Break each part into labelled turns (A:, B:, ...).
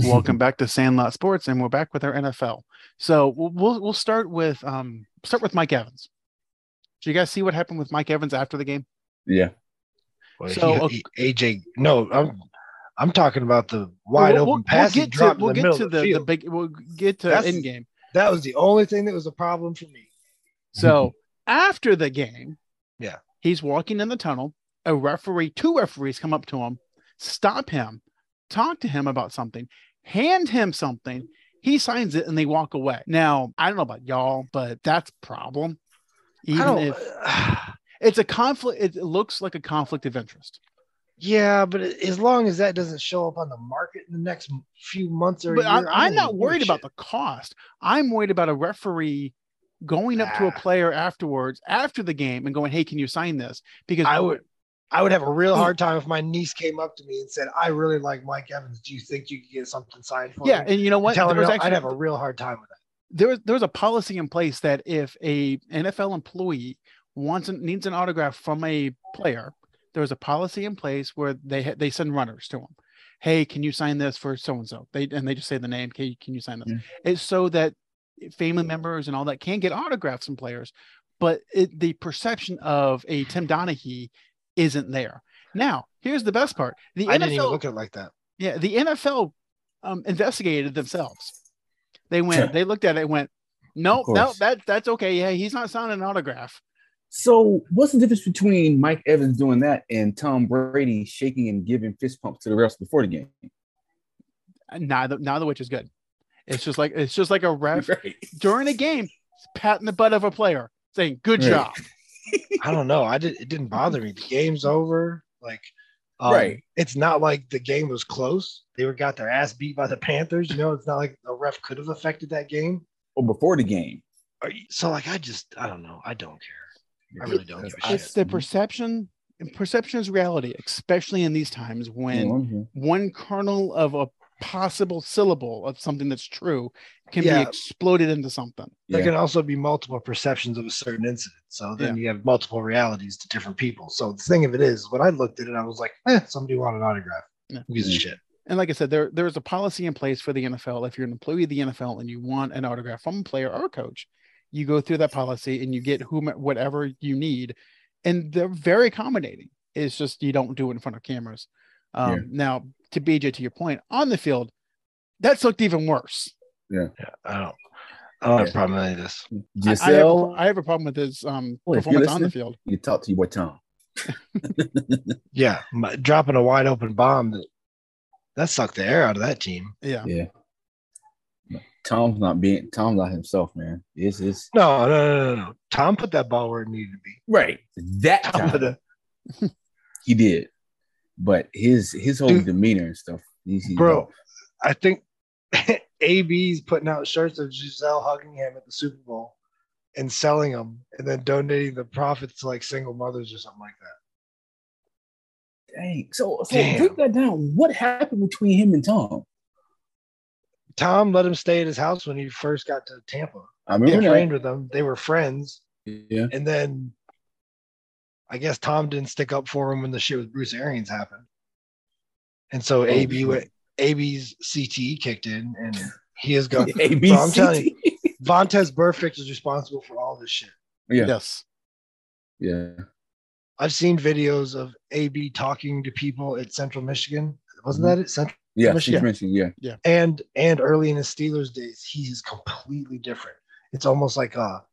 A: Welcome back to Sandlot Sports, and we're back with our NFL. So we'll we'll, we'll start with um start with Mike Evans. Do you guys see what happened with Mike Evans after the game?
B: Yeah.
C: Well,
A: So,
C: he-
A: okay.
C: he- AJ, no, I'm I'm talking about the wide
A: We'll- we'll-
C: open pass
A: We'll
C: he
A: get to,
C: dropped
A: we'll
C: in the
A: get
C: middle
A: to
C: of the,
A: the, the
C: field.
A: big we'll get to
C: That's-
A: end game.
C: that was the only thing that was a problem for me.
A: So after the game,
C: Mm-hmm. Yeah.
A: he's walking in the tunnel. A referee, two referees come up to him, stop him, talk to him about something, hand him something. He signs it and they walk away. Now, I don't know about y'all, but that's a problem.
C: I
A: Even
C: don't.
A: if it's a conflict, it looks like a conflict of interest.
C: yeah, but as long as that doesn't show up on the market in the next few months or
A: But
C: a
A: I'm,
C: year, I
A: I'm
C: don't
A: not
C: give a
A: worried about
C: shit.
A: the cost. I'm worried about a referee going up to a
C: Nah.
A: player afterwards, after the game, and going, "Hey, can you sign this?" Because
C: I would I would have a real hard time if my niece came up to me and said, "I really like Mike Evans. Do you think you could get something signed for
A: yeah,
C: me?"
A: and you know what?
C: Tell her
A: There was
C: no,
A: actually-
C: I'd have a real hard time with
A: there was there was a policy in place that if a NFL employee wants an, needs an autograph from a player, there was a policy in place where they ha- they send runners to them. Hey, can you sign this for so and so? They and they just say the name. Can you, can you sign this? It's so that family members and all that can get autographs from players, but it, the perception of a Tim Donaghy isn't there. Now, here's the best part: the
C: that. I
A: NFL
C: didn't even look at it like that.
A: yeah, the NFL um, investigated themselves. They went, they looked at it, and went, nope, no,
B: course.
A: that that's okay. Yeah, he's not signing an autograph.
B: So what's the difference between Mike Evans doing that and Tom Brady shaking and giving fist pumps to the refs before the game?
A: Neither, neither which is good. It's just like it's just like a ref
B: Right.
A: during a game patting the butt of a player, saying, "Good
B: Right.
A: job."
C: I don't know. I did. It didn't bother me. The game's over. Like, um,
B: Right.
C: It's not like the game was close. They were got their ass beat by the Panthers. You know, it's not like the ref could have affected that game.
B: Or before the game.
C: Are you- So, like, I just, I don't know. I don't care. I really don't give a
B: I-
C: shit.
A: It's the
B: Mm-hmm.
A: perception. and Perception is reality, especially in these times when
B: Mhm.
A: one kernel of a possible syllable of something that's true can
C: Yeah.
A: be exploded into something.
C: There
B: Yeah.
C: can also be multiple perceptions of a certain incident. So then you have multiple realities to different people. So the thing of it is, when I looked at it, I was like, eh, somebody wanted an autograph.
A: Yeah.
C: Who gives a shit?
A: and like I said, there there's a policy in place for the NFL. If you're an employee of the NFL and you want an autograph from a player or a coach, you go through that policy and you get whom whatever you need, and they're very accommodating. It's just you don't do it in front of cameras. Um,
B: Yeah.
A: Now, to BJ, to your point, on the field, that's looked even worse.
C: Yeah, I don't. I don't have a
B: Yeah.
C: problem with any of this.
A: I- I, have, a-
B: Giselle,
A: I have a problem with his um,
B: Well, if you're
A: performance on the
B: listening-
A: field.
B: you talk to your boy Tom.
C: Yeah, my, dropping a wide open bomb that that sucked the air out of that team.
A: Yeah.
B: Yeah. Tom's not being Tom's not himself, man. It's it's
C: No, no, no, no, no. Tom put that ball where it needed to be.
B: right. That
C: Tom put
B: time
C: it-
B: he did. But his his whole
C: Dude.
B: demeanor and stuff, he's, he's
C: Bro, I think AB's putting out shirts of Giselle hugging him at the Super Bowl and selling them, and then donating the profits to like single mothers or something like that.
B: dang. So so
C: Damn.
B: break that down. What happened between him and Tom?
C: Tom let him stay at his house when he first got to Tampa.
B: I
C: He
B: remember
C: trained with him. They were friends,
B: that. Yeah.
C: and then I guess Tom didn't stick up for him when the shit with Bruce Arians happened, and so AB
B: shit.
C: went AB's CTE E kicked in, and he has gone.
B: ABC.
C: I'm telling you. Vontez Burfict is responsible for all this shit.
B: Yeah.
A: Yes.
B: Yeah.
C: I've seen videos of AB talking to people at Central Michigan. Wasn't
A: Mm-hmm.
C: that it? Central
B: Yeah.
C: Michigan.
B: She's mentioned, yeah.
C: and and early in his Steelers days, he is completely different. It's almost like a,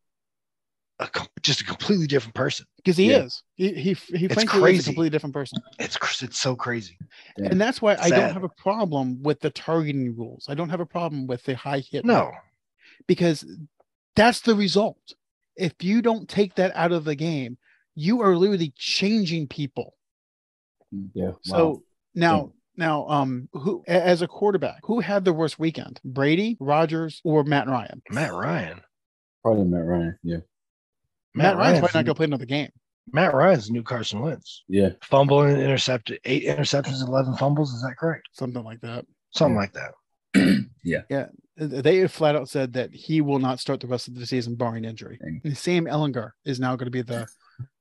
C: a com- just a completely different person.
A: Because he
B: Yeah.
A: is. He he, he
C: It's
A: frankly is
C: crazy.
A: a completely different person.
C: It's cr- it's so crazy.
B: Yeah.
A: And that's why I don't
C: Sad.
A: have a problem with the targeting rules. I don't have a problem with the high hit.
C: No,
A: because that's the result. If you don't take that out of the game, you are literally changing people.
B: Yeah.
A: So now, now, um, who a- as a quarterback, who had the worst weekend? Brady, Rogers, or Matt Ryan?
C: Matt Ryan.
B: probably Matt Ryan. Yeah.
A: Matt, Ryan's
C: Ryan's
A: probably not going to play another game.
C: Matt Ryan's the new Carson Wentz.
B: Yeah.
C: Fumble and intercepted eight interceptions, eleven fumbles. Is that correct?
A: Something like that.
C: Something
B: Yeah.
C: like that.
A: Uh, They flat out said that he will not start the rest of the season barring injury.
B: Dang.
A: And Sam Ellinger is now going to be the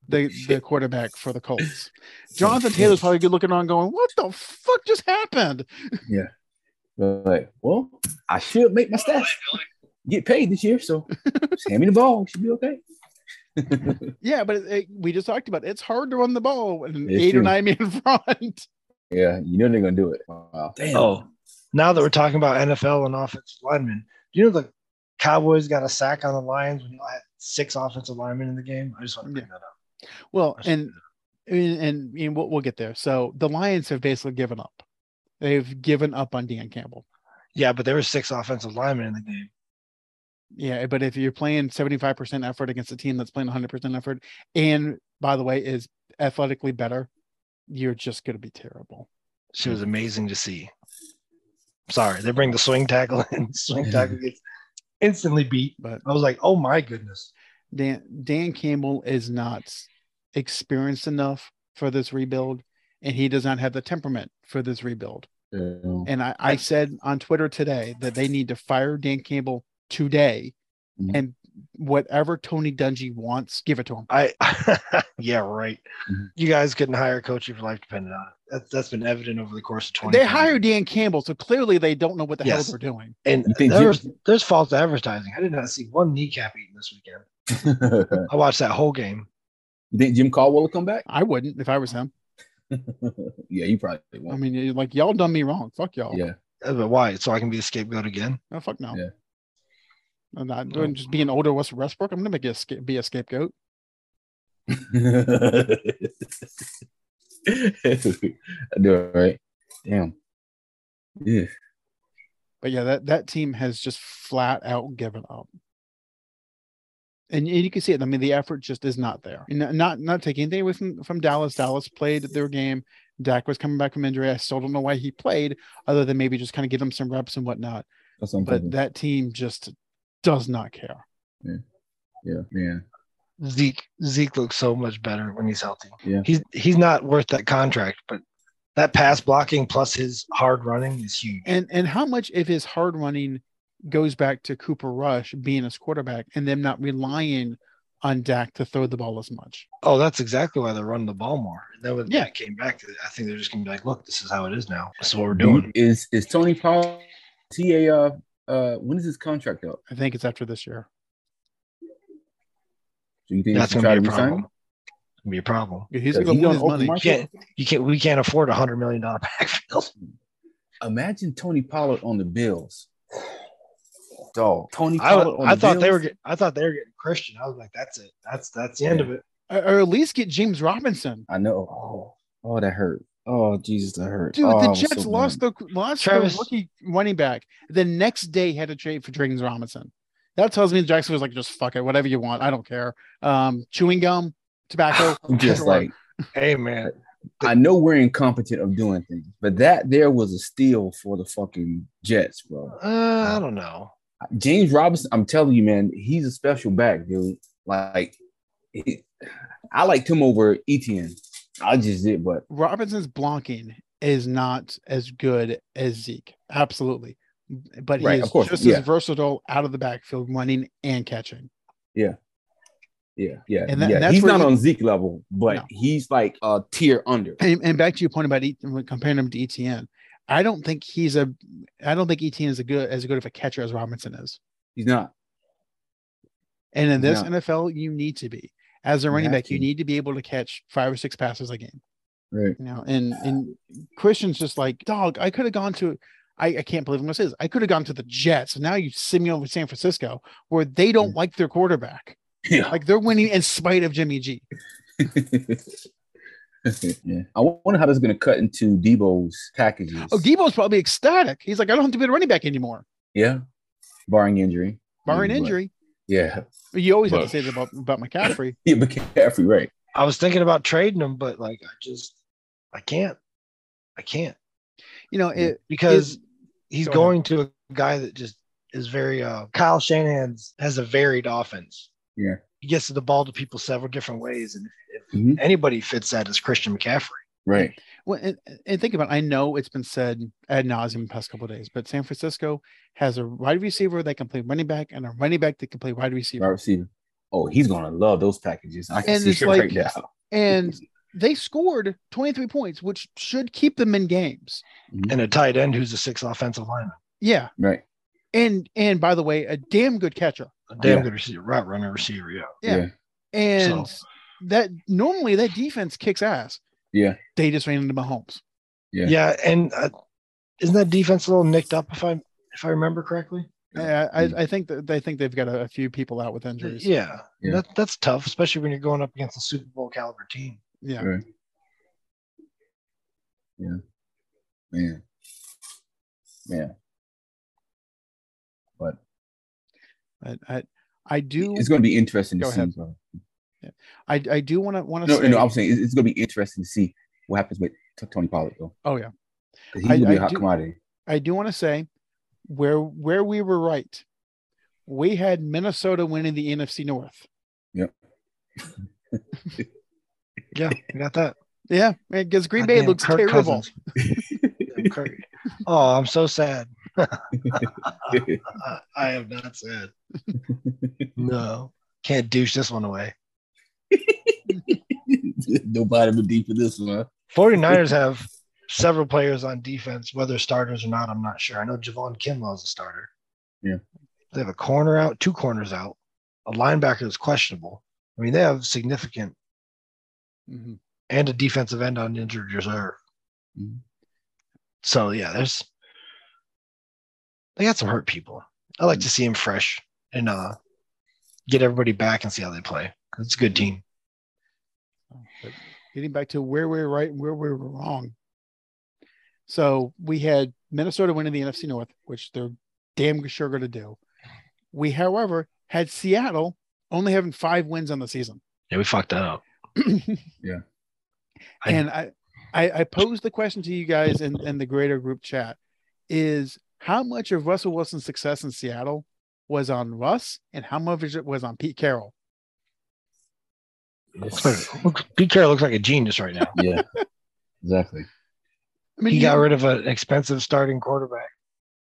A: the, the quarterback for the Colts. Jonathan Taylor's probably good looking on, going, "What the fuck just happened?"
B: But like, well, I should make my stash get paid this year, so just hand me the ball. We should be okay.
A: Yeah, but it, it- we just talked about it. it's hard to run the ball with an
B: It's
A: eight or
B: true.
A: nine man front.
B: Yeah, you know they're gonna do it. Wow. Damn.
C: Oh, now that we're talking about NFL and offensive linemen, do you know the Cowboys got a sack on the Lions when y'all had six offensive linemen in the game? I just want to bring that up.
A: Well,
C: I just-
A: and and, and, and we'll, we'll get there. So the Lions have basically given up. They've given up on Dan Campbell.
C: yeah, but there were six offensive linemen in the game.
A: Yeah, but if you're playing 75% effort against a team that's playing 100% effort, and by the way, is athletically better, you're just going to be terrible.
C: She was amazing to see. Sorry, they bring the swing tackle in. Swing tackle gets instantly beat.
A: But
C: I was like, oh my goodness.
A: Dan Dan Campbell is not experienced enough for this rebuild, and he does not have the temperament for this rebuild.
B: Yeah.
A: And I, I said on Twitter today that they need to fire Dan Campbell today,
B: Mhm.
A: and whatever Tony Dungy wants, give it to him.
C: I yeah, right.
A: Mm-hmm.
B: Mhm.
C: You guys couldn't hire a coach if your life depended on it. That's that's been evident over the course of 20.
A: They hired Dan Campbell, so clearly they don't know what the
C: Yes.
A: hell they're doing.
C: and
B: You think
C: there's there's false advertising. I did not see one kneecap eaten this weekend.
B: you
C: I watched that whole game.
B: think Jim Caldwell will come back?
A: I wouldn't if I was him.
B: yeah, you probably
A: I
B: won't.
A: mean, oh. you're like y'all done me wrong. Fuck y'all.
B: yeah.
C: Uh, But why? So I can be the scapegoat again?
A: No, fuck no.
B: Yeah.
A: I'm not
C: No.
A: just being older West Westbrook. I'm gonna make you a sca- be a scapegoat.
B: I do it right. Damn. Yeah.
A: But yeah, that that team has just flat out given up. And, and you can see it. I mean, the effort just is not there. And not- not not taking anything away from, from Dallas. Dallas played their game. Dak was coming back from injury. I still don't know why he played, other than maybe just kind of give him some reps and whatnot.
B: That's what I'm
A: But
B: thinking.
A: that team just does not care.
B: yeah, man.
C: Zeke Zeke looks so much better when he's healthy.
B: Yeah.
C: He's he's not worth that contract, but that pass blocking plus his hard running is huge.
A: And and how much of his hard running goes back to Cooper Rush being his quarterback and them not relying on Dak to throw the ball as much.
C: Oh, that's exactly why they're running the ball more. And then when
A: Yeah.
C: yeah. that came back, I think they're just gonna be like, look, this is how it is now. This is what we're doing.
B: Is is Tony Paul T A uh uh when is his contract up?
A: I think it's after this year.
B: Do you think
C: That's
B: they should
C: gonna be a
B: try to resign
C: problem. Gonna be a problem.
A: He's gonna
B: him? Is he
A: win
B: on
A: his
B: open
A: money.
C: You
B: market?
C: can't you can't we can't afford a hundred million dollar backfield.
B: Imagine Tony Pollard on the Bills. Dog. Tony
C: I,
B: Pollard on
C: I
B: the
C: thought they were
B: Bills?
C: get, I thought they were getting Christian. I was like, that's it. That's that's the end of it.
A: or, or at least get James Robinson.
B: I know. Oh, oh, that hurt. Oh, Jesus, that hurt.
A: Dude,
B: oh, I
A: the
B: was
A: Jets
B: so
A: lost
B: mad.
A: the lost
C: Travis-
A: their rookie running back. The next day had to trade for James Robinson. That tells me Jackson was like, just fuck it, whatever you want, I don't care. Um, chewing gum, tobacco,
B: I'm just
A: sure.
B: like
C: Hey man,
B: I know we're incompetent of doing things, but that there was a steal for the fucking Jets, bro.
C: uh, I don't know.
B: James Robinson, I'm telling you, man, he's a special back, dude. Like, he- I liked him over Etienne. I just did, but
A: Robinson's blocking is not as good as Zeke, absolutely, but he
B: Right,
A: is
B: of course,
A: just
B: yeah.
A: as versatile out of the backfield, running and catching.
B: yeah, yeah,
A: And that-
B: yeah.
A: that's
B: He's
A: where
B: not
A: you-
B: on Zeke level, but
A: No.
B: he's like a tier under.
A: And, and back to your point about e, when comparing him to ETN, I don't think he's a, I don't think ETN is a good as good of a catcher as Robinson is.
B: He's not.
A: And in this
B: Yeah.
A: NFL, you need to be as a
B: You
A: running
B: have
A: back, you
B: to.
A: need to be able to catch five or six passes a game.
B: Right.
A: You know, and and Christian's just like, dog, I could have gone to I, I can't believe I'm gonna say this. I could have gone to the Jets. And now you send me over to San Francisco where they don't
B: Mm.
A: like their quarterback.
B: Yeah.
A: Like they're winning in spite of Jimmy G.
B: yeah. I wonder how this is gonna cut into Debo's packages.
A: Oh, Debo's probably ecstatic. He's like, I don't have to be a running back anymore.
B: yeah. Barring injury.
A: Barring
B: Maybe, Mm, but-
A: injury.
B: Yeah.
A: You always have
B: But-
A: to say that about, about McCaffrey.
B: Yeah, but McCaffrey, right.
C: I was thinking about trading him, but like I just I can't. I can't
A: You know,
B: Yeah.
A: it,
C: because he's
A: go ahead.
C: going to a guy that just is very uh Kyle Shanahan's has a varied offense.
B: Yeah.
C: He gets the ball to people several different ways. And if
B: Mhm.
C: anybody fits that is Christian McCaffrey.
B: Right.
A: Well, and, and think about it. I know it's been said ad nauseum the past couple of days, but San Francisco has a wide receiver that can play running back and a running back that can play wide receiver.
B: Wide receiver. Oh, he's gonna love those packages. I can
A: And
B: see
A: it's
B: it
A: like-
B: right now.
A: And they scored 23 points, which should keep them in games.
C: and a tight end who's a six offensive lineman,
A: Yeah.
B: Right.
A: And and by the way, a damn good catcher.
C: a damn
B: Yeah.
C: good receiver, route runner, receiver. Yeah,
A: Yeah.
B: Yeah.
A: And that normally that defense kicks ass.
B: Yeah.
A: They just ran into Mahomes.
B: Yeah.
C: yeah, and uh, isn't that defense a little nicked up? If I if I remember correctly,
A: Yeah. I, I think that they think they've got a, a few people out with injuries.
C: yeah,
B: Yeah.
C: That, that's tough, especially when you're going up against a Super Bowl caliber team.
A: Yeah.
B: Right. Yeah. Man. Man. But
A: But I I do
B: it's going to be interesting to
A: Go
B: see.
A: ahead.
B: bro.
A: I, I do want to want to
B: No,
A: say
B: no, no, I'm saying it's, going to be interesting to see what happens with T- Tony Pollard, though.
A: oh yeah.
B: 'Cause He's
A: I-
B: going to be
A: I
B: a hot
A: do-
B: commodity.
A: I do want to say where where we were right. We had Minnesota winning the NFC North.
C: Yeah, you got that.
A: Yeah, because Green Bay
C: Goddamn
A: looks
C: Uh, Kirk
A: terrible.
C: Cousins. Damn Kirk. oh, I'm so sad. I, I am not sad. No, can't douche this one away.
B: Nobody but deep for this one.
C: 49ers have several players on defense, whether starters or not, I'm not sure. I know Javon Kinlaw is a starter.
B: Yeah.
C: They have a corner out, two corners out, a linebacker is questionable. I mean, they have significant
A: Mhm.
C: and a defensive end on injured reserve.
A: Mm-hmm.
B: Mhm.
C: So yeah, there's they got some hurt people. I
A: Mm-hmm.
C: like to see them fresh and uh get everybody back and see how they play. It's a good
A: Mm-hmm.
C: team.
A: But getting back to where we were right and where we were wrong. So we had Minnesota winning the NFC North, which they're damn sure going to do. We, however, had Seattle only having five wins on the season.
C: Yeah, we fucked that up.
B: Yeah.
C: I-
A: and I, I, I posed the question to you guys in, in the greater group chat is how much of Russell Wilson's success in Seattle was on Russ and how much of it was on Pete Carroll?
C: Look, Pete Carroll looks like a genius right now.
B: yeah, exactly.
A: I mean,
C: he
A: you-
C: got rid of an expensive starting quarterback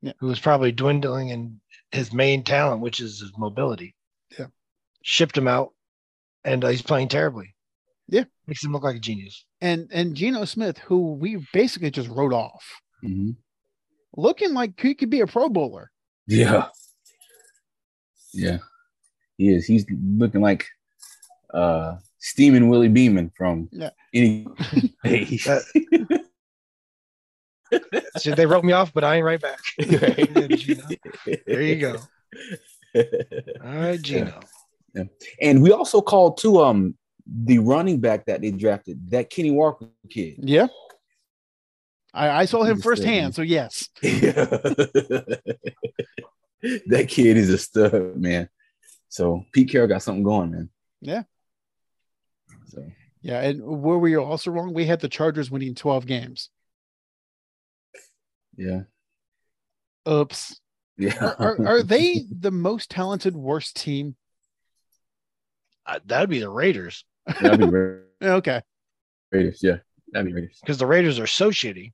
A: Yeah.
C: who was probably dwindling in his main talent, which is his mobility.
A: Yeah.
C: Shipped him out, and uh, he's playing terribly.
A: Yeah.
C: Makes him look like a genius.
A: and and Geno Smith, who we basically just wrote off,
B: hmm
A: looking like he could be a Pro Bowler.
B: Yeah. Yeah. He is. He's looking like uh steaming Willie Beeman from
A: Yeah.
B: any day.
C: So they wrote me off, but I ain't right back. Yeah, Gino. There you go. All right, Gino.
B: And we also called to um the running back that they drafted, that Kenny Walker kid.
A: Yeah. I, I saw him
B: He's still
A: firsthand, so yes.
B: that kid is a stud, man. So Pete Carroll got something going, man.
A: Yeah.
B: So
A: Yeah, and where we were also wrong, we had the Chargers winning 12 games.
B: yeah.
A: Oops.
B: Yeah.
A: Are, are, are they the most talented worst team?
C: Uh, that'd be the Raiders
B: That'd be Ra-
A: Okay.
B: Raiders. Yeah. That'd be Raiders.
C: because the Raiders are so shitty,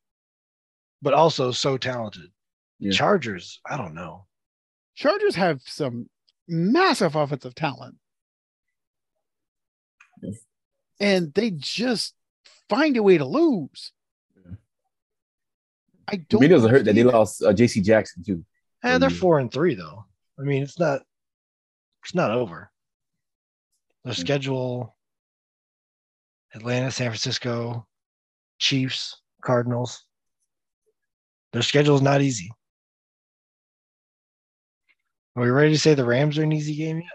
C: but also so talented.
B: Yeah.
C: Chargers, I don't know.
A: Chargers have some massive offensive talent.
B: Yeah.
A: And they just find a way to lose.
B: Yeah.
A: I don't
B: Maybe it was a hurt that they
A: understand
B: lost uh, J.C. Jackson too.
C: Eh, they're
B: Mhm.
C: four and three though. I mean, it's not it's not over. Their
B: Mhm.
C: schedule: Atlanta, San Francisco, Chiefs, Cardinals. Their schedule is not easy. Are we ready to say the Rams are an easy game yet?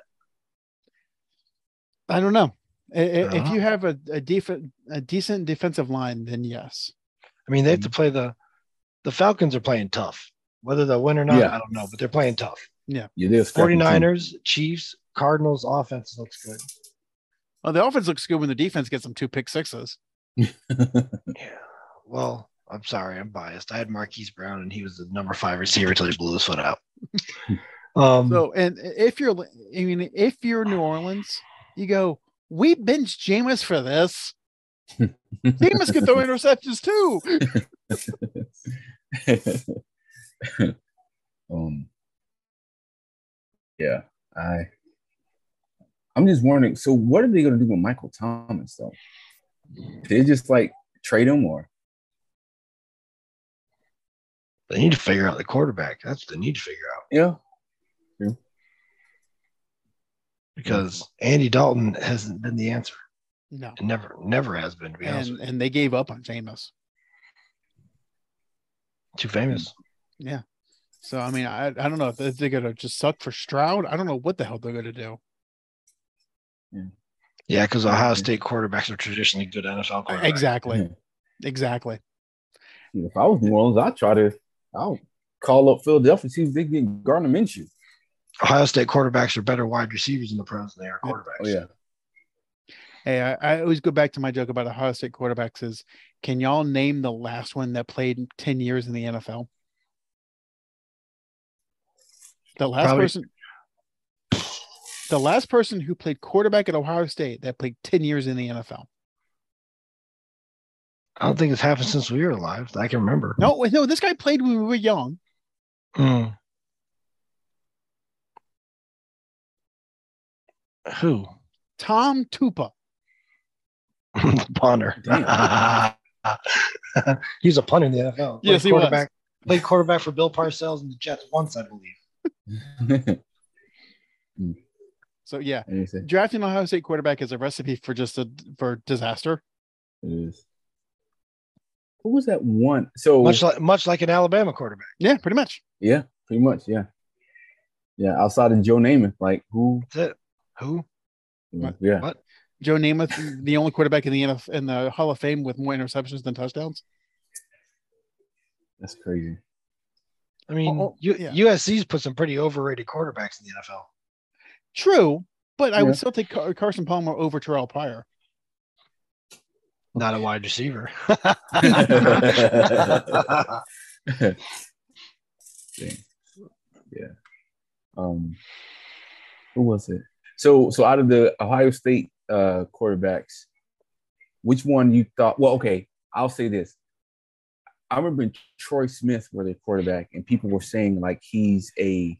A: I don't know. I- I- If
C: Uh-huh.
A: you have a a, def- a decent defensive line, then yes.
C: I mean, they have to play the the Falcons are playing tough. Whether they'll win or not,
B: Yeah.
C: I don't know, but they're playing tough.
B: Yeah, they're a scrappy team.
C: 49ers, Chiefs, Cardinals offense looks good.
A: Well, the offense looks good when the defense gets them two pick sixes.
C: Yeah. Well, I'm sorry, I'm biased. I had Marquise Brown, and he was the number five receiver until he blew his foot out.
B: Mm.
C: um,
A: So, and if you're, I mean, if you're New Orleans, you go, we bench Jameis for this. Jameis can throw interceptions too.
B: um, yeah, I. I'm just wondering. So, what are they going to do with Michael Thomas, though? They just like trade him or
C: They need to figure out the quarterback. That's what they need to figure out
B: yeah.
C: because
B: Mm-hmm.
C: Andy Dalton hasn't been the answer.
A: No.
C: It never, never has been. To be honest,
A: And
C: with you.
A: and they gave up on Jameis.
C: too
B: Mm-hmm.
C: famous.
A: So I mean, I, I don't know if they're- they're gonna just suck for Stroud. I don't know what the hell they're gonna do.
C: Yeah, because Ohio
B: Yeah.
C: State quarterbacks are traditionally good NFL quarterbacks.
A: Exactly.
B: Mhm.
A: Exactly.
B: If I was New Orleans, I'd try to I'll call up Philadelphia, see if they can get Gardner Minshew.
C: Ohio State quarterbacks are better wide receivers in the pros than they are quarterbacks.
B: Oh yeah.
A: Hey, I, I always go back to my joke about Ohio State quarterbacks is can y'all name the last one that played 10 years in the NFL? The last
C: Probably-
A: person the last person who played quarterback at Ohio State that played 10 years in the NFL.
C: I don't think it's happened since we were alive. that I can remember.
A: No, wait, no, this guy played when we were young.
C: Hmm. Who?
A: Tom Tupa.
C: punter. He's a punter in the NFL.
A: Yes, he was.
C: quarterback, Played quarterback for Bill Parcells and the Jets once, I believe.
A: So yeah,
B: And he said,
A: drafting an Ohio State quarterback is a recipe for just a for disaster.
B: it is. What was that one? So
C: Much like much like an Alabama quarterback.
A: Yeah, pretty much.
B: yeah, pretty much, yeah. Yeah, outside of Joe Namath, like who
C: That's it. Who?
A: What?
B: yeah.
A: Joe Namath, the only quarterback in the NF, in the Hall of Fame with more interceptions than touchdowns.
B: That's crazy.
C: I mean,
A: Oh, oh,
C: U-
A: yeah.
C: USC's put some pretty overrated quarterbacks in the NFL.
A: True, but I
B: Yeah.
A: would still take Car- Carson Palmer over Terrell Pryor.
C: Not a wide receiver.
B: Dang. Yeah. Um, who was it? So, so out of the Ohio State uh, quarterbacks, which one you thought? Well, okay, I'll say this. I remember Troy Smith were their quarterback, and people were saying like he's a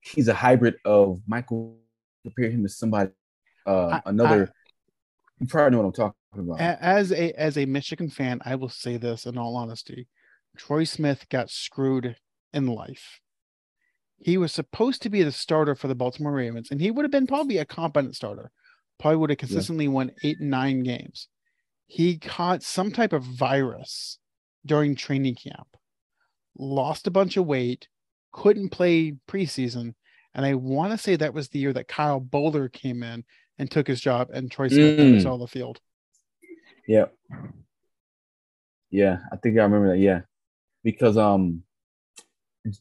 B: he's a hybrid of Michael. Compare him to somebody, uh,
A: I-
B: another. you probably know what I'm talking about.
A: A- As a as a Michigan fan, I will say this in all honesty: Troy Smith got screwed in life. He was supposed to be the starter for the Baltimore Ravens, and he would have been probably a competent starter. Probably would have consistently won eight and nine games. He caught some type of virus during training camp, lost a bunch of weight, couldn't play preseason, and I want to say that was the year that Kyle Bowler came in and took his job, and Troy Smith
B: Mm.
A: saw the field.
B: Yeah. Yeah, I think I remember that. Yeah. Because um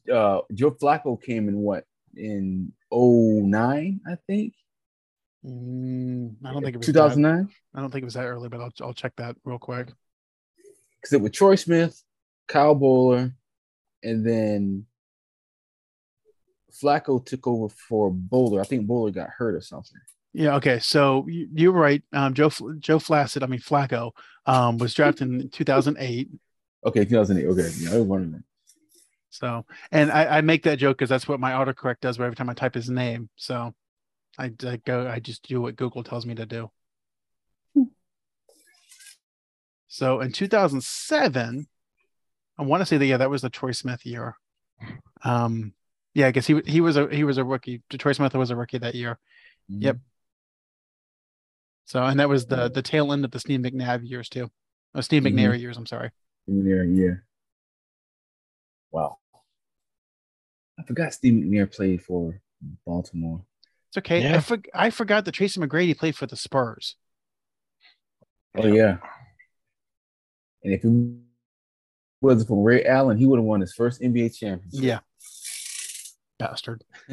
B: uh Joe Flacco came in what in 09, I think.
A: Mm, I don't think it was That,
B: 2009
A: I don't think it was that early, but I'll I'll check that real quick.
B: cuz it was Troy Smith, Kyle Bowler, and then Flacco took over for Bowler. I think Bowler got hurt or something.
A: Yeah. Okay. So you, you're right. Um, Joe Fl- Joe Flacid, I mean Flacco, um, was drafted in 2008.
B: Okay, 2008. Okay, yeah, I was wondering.
A: So, and I, I make that joke because that's what my autocorrect does. Where every time I type his name, so I, I go, I just do what Google tells me to do. So in 2007, I want to say that yeah, that was the Troy Smith year. Um, yeah, I guess he wa- he was a he was a rookie. Troy Smith was a rookie that year. Yep. So and that was the the tail end of the Steve McNabb years too. Oh, Steve
B: Mhm.
A: McNair years. I'm sorry.
B: McNair, yeah. Wow. I forgot Steve McNair played for Baltimore.
A: It's okay. I
C: Yeah.
A: for, I forgot that Tracy McGrady played for the Spurs.
B: Oh yeah. And if it wasn't for Ray Allen, he would have won his first NBA championship.
A: Yeah. Bastard.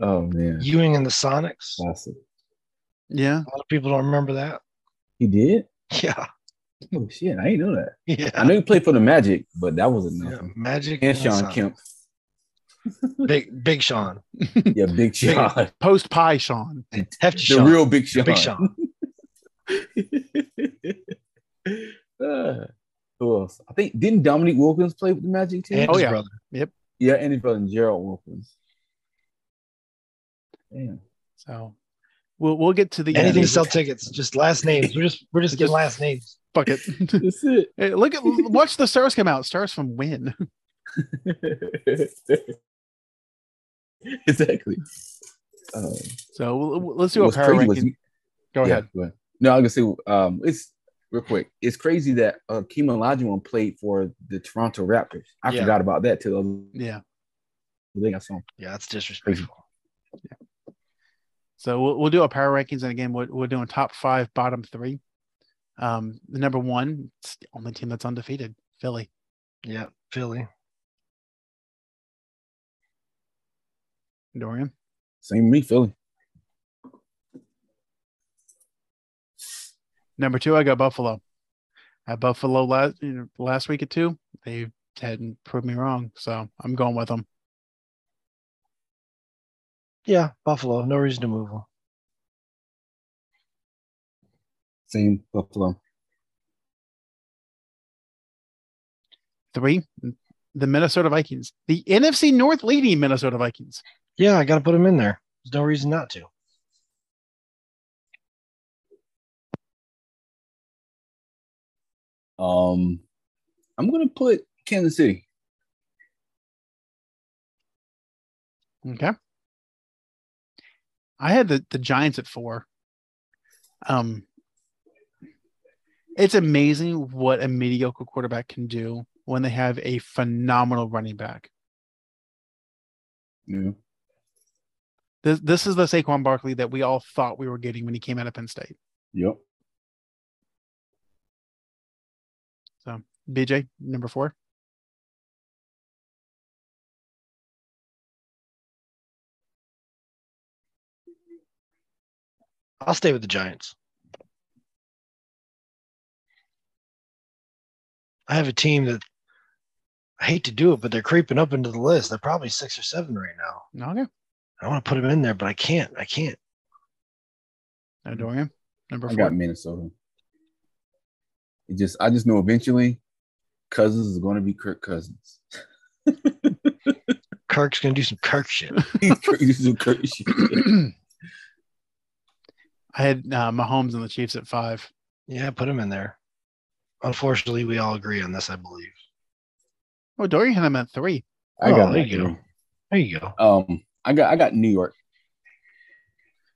B: oh man.
C: Ewing and the Sonics. A
B: Classic.
A: Yeah.
C: lot of people don't remember that.
B: He did?
C: Yeah.
B: Oh shit, I didn't know that. I
C: Yeah.
B: know he played for the Magic, but that wasn't
C: yeah.
B: nothing.
C: Magic
B: And
C: the
B: Sean
C: Sonics.
B: Kemp.
C: Big Big Sean.
B: Yeah, Big Sean.
A: Post pie, Sean.
B: the
C: Hefty Sean.
B: real Big Sean.
C: Big Sean.
B: Uh, who else? I think didn't Dominique Wilkins play with the Magic team?
C: And
A: Oh,
C: his
A: yeah.
C: brother.
B: Yeah, and his brother Gerald Wilkins. Damn.
A: So We'll we'll get to the
C: Anything to sell tickets, just last names. We're just we're just getting
A: Just-
C: last names.
A: Fuck it.
B: That's it.
A: Hey, look at watch the stars come out. Stars from Win.
B: exactly. Um,
A: So we'll, we'll- let's do a
B: what's
A: power
B: crazy was-
A: ranking. Go
B: yeah,
A: ahead.
B: go ahead. No, I was gonna say um, it's real quick. It's crazy that uh, Kima Olajuwon played for the Toronto Raptors. I
C: Yeah.
B: forgot about that till
A: Yeah.
B: the thing I saw. him.
C: Yeah, that's disrespectful.
A: So we'll, we'll do our power rankings, and again, we're, we're doing top five, bottom three. Um, the number one, it's the only team that's undefeated, Philly.
C: Yeah, Philly.
A: Dorian,
B: Same with me, Philly.
A: number two, I got Buffalo. I had Buffalo last you know, last week at two. They hadn't proved me wrong, so I'm going with them.
C: Yeah, Buffalo. No reason to move them.
B: Same Buffalo.
A: Three, the Minnesota Vikings, the NFC North leading Minnesota Vikings.
C: Yeah, I got to put them in there. There's no reason not to.
B: Um, I'm gonna put Kansas City.
A: Okay. I had the, the Giants at four. Um, it's amazing what a mediocre quarterback can do when they have a phenomenal running back.
B: Yeah.
A: This this is the Saquon Barkley that we all thought we were getting when he came out of Penn State.
B: Yep.
A: BJ number four.
C: I'll stay with the Giants. I have a team that I hate to do it, but they're creeping up into the list. They're probably six or seven right now.
A: Okay.
C: I want to put them in there, but I can't. I can't.
A: Now Dorian number
B: I
A: four.
B: got Minnesota. It just I just know eventually Cousins is gonna be Kirk Cousins.
C: Kirk's gonna do some Kirk shit.
B: This is Kirk shit.
A: I had uh, Mahomes and the Chiefs at five.
C: yeah, put him in there. Unfortunately, we all agree on this, I believe.
A: Oh, Dorian had him at three.
B: I
C: Oh,
B: got
C: there
B: that,
C: you go.
B: yeah.
C: There you go.
B: Um, I got I got New York.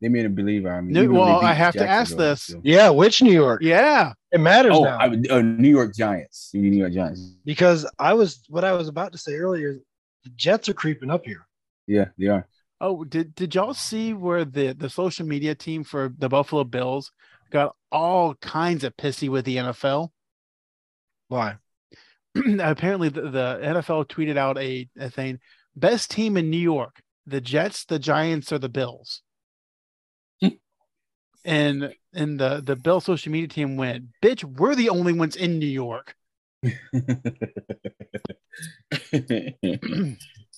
B: They made a believer. I mean,
A: No,
B: even though they
A: well, I
B: beat
A: have to ask
B: Jacksonville,
A: this.
B: so-
C: Yeah, which New York?
A: Yeah.
C: It matters
B: Oh,
C: now
B: I, would- uh, New York Giants. You mean New York Giants.
C: because I was what I was about to say earlier. The Jets are creeping up here.
B: Yeah, they are.
A: Oh, did did y'all see where the the social media team for the Buffalo Bills got all kinds of pissy with the NFL?
C: Why?
A: Apparently, the, the NFL tweeted out a, a thing: best team in New York, the Jets, the Giants, or the Bills. and and the the Bill social media team went, "Bitch, we're the only ones in New York."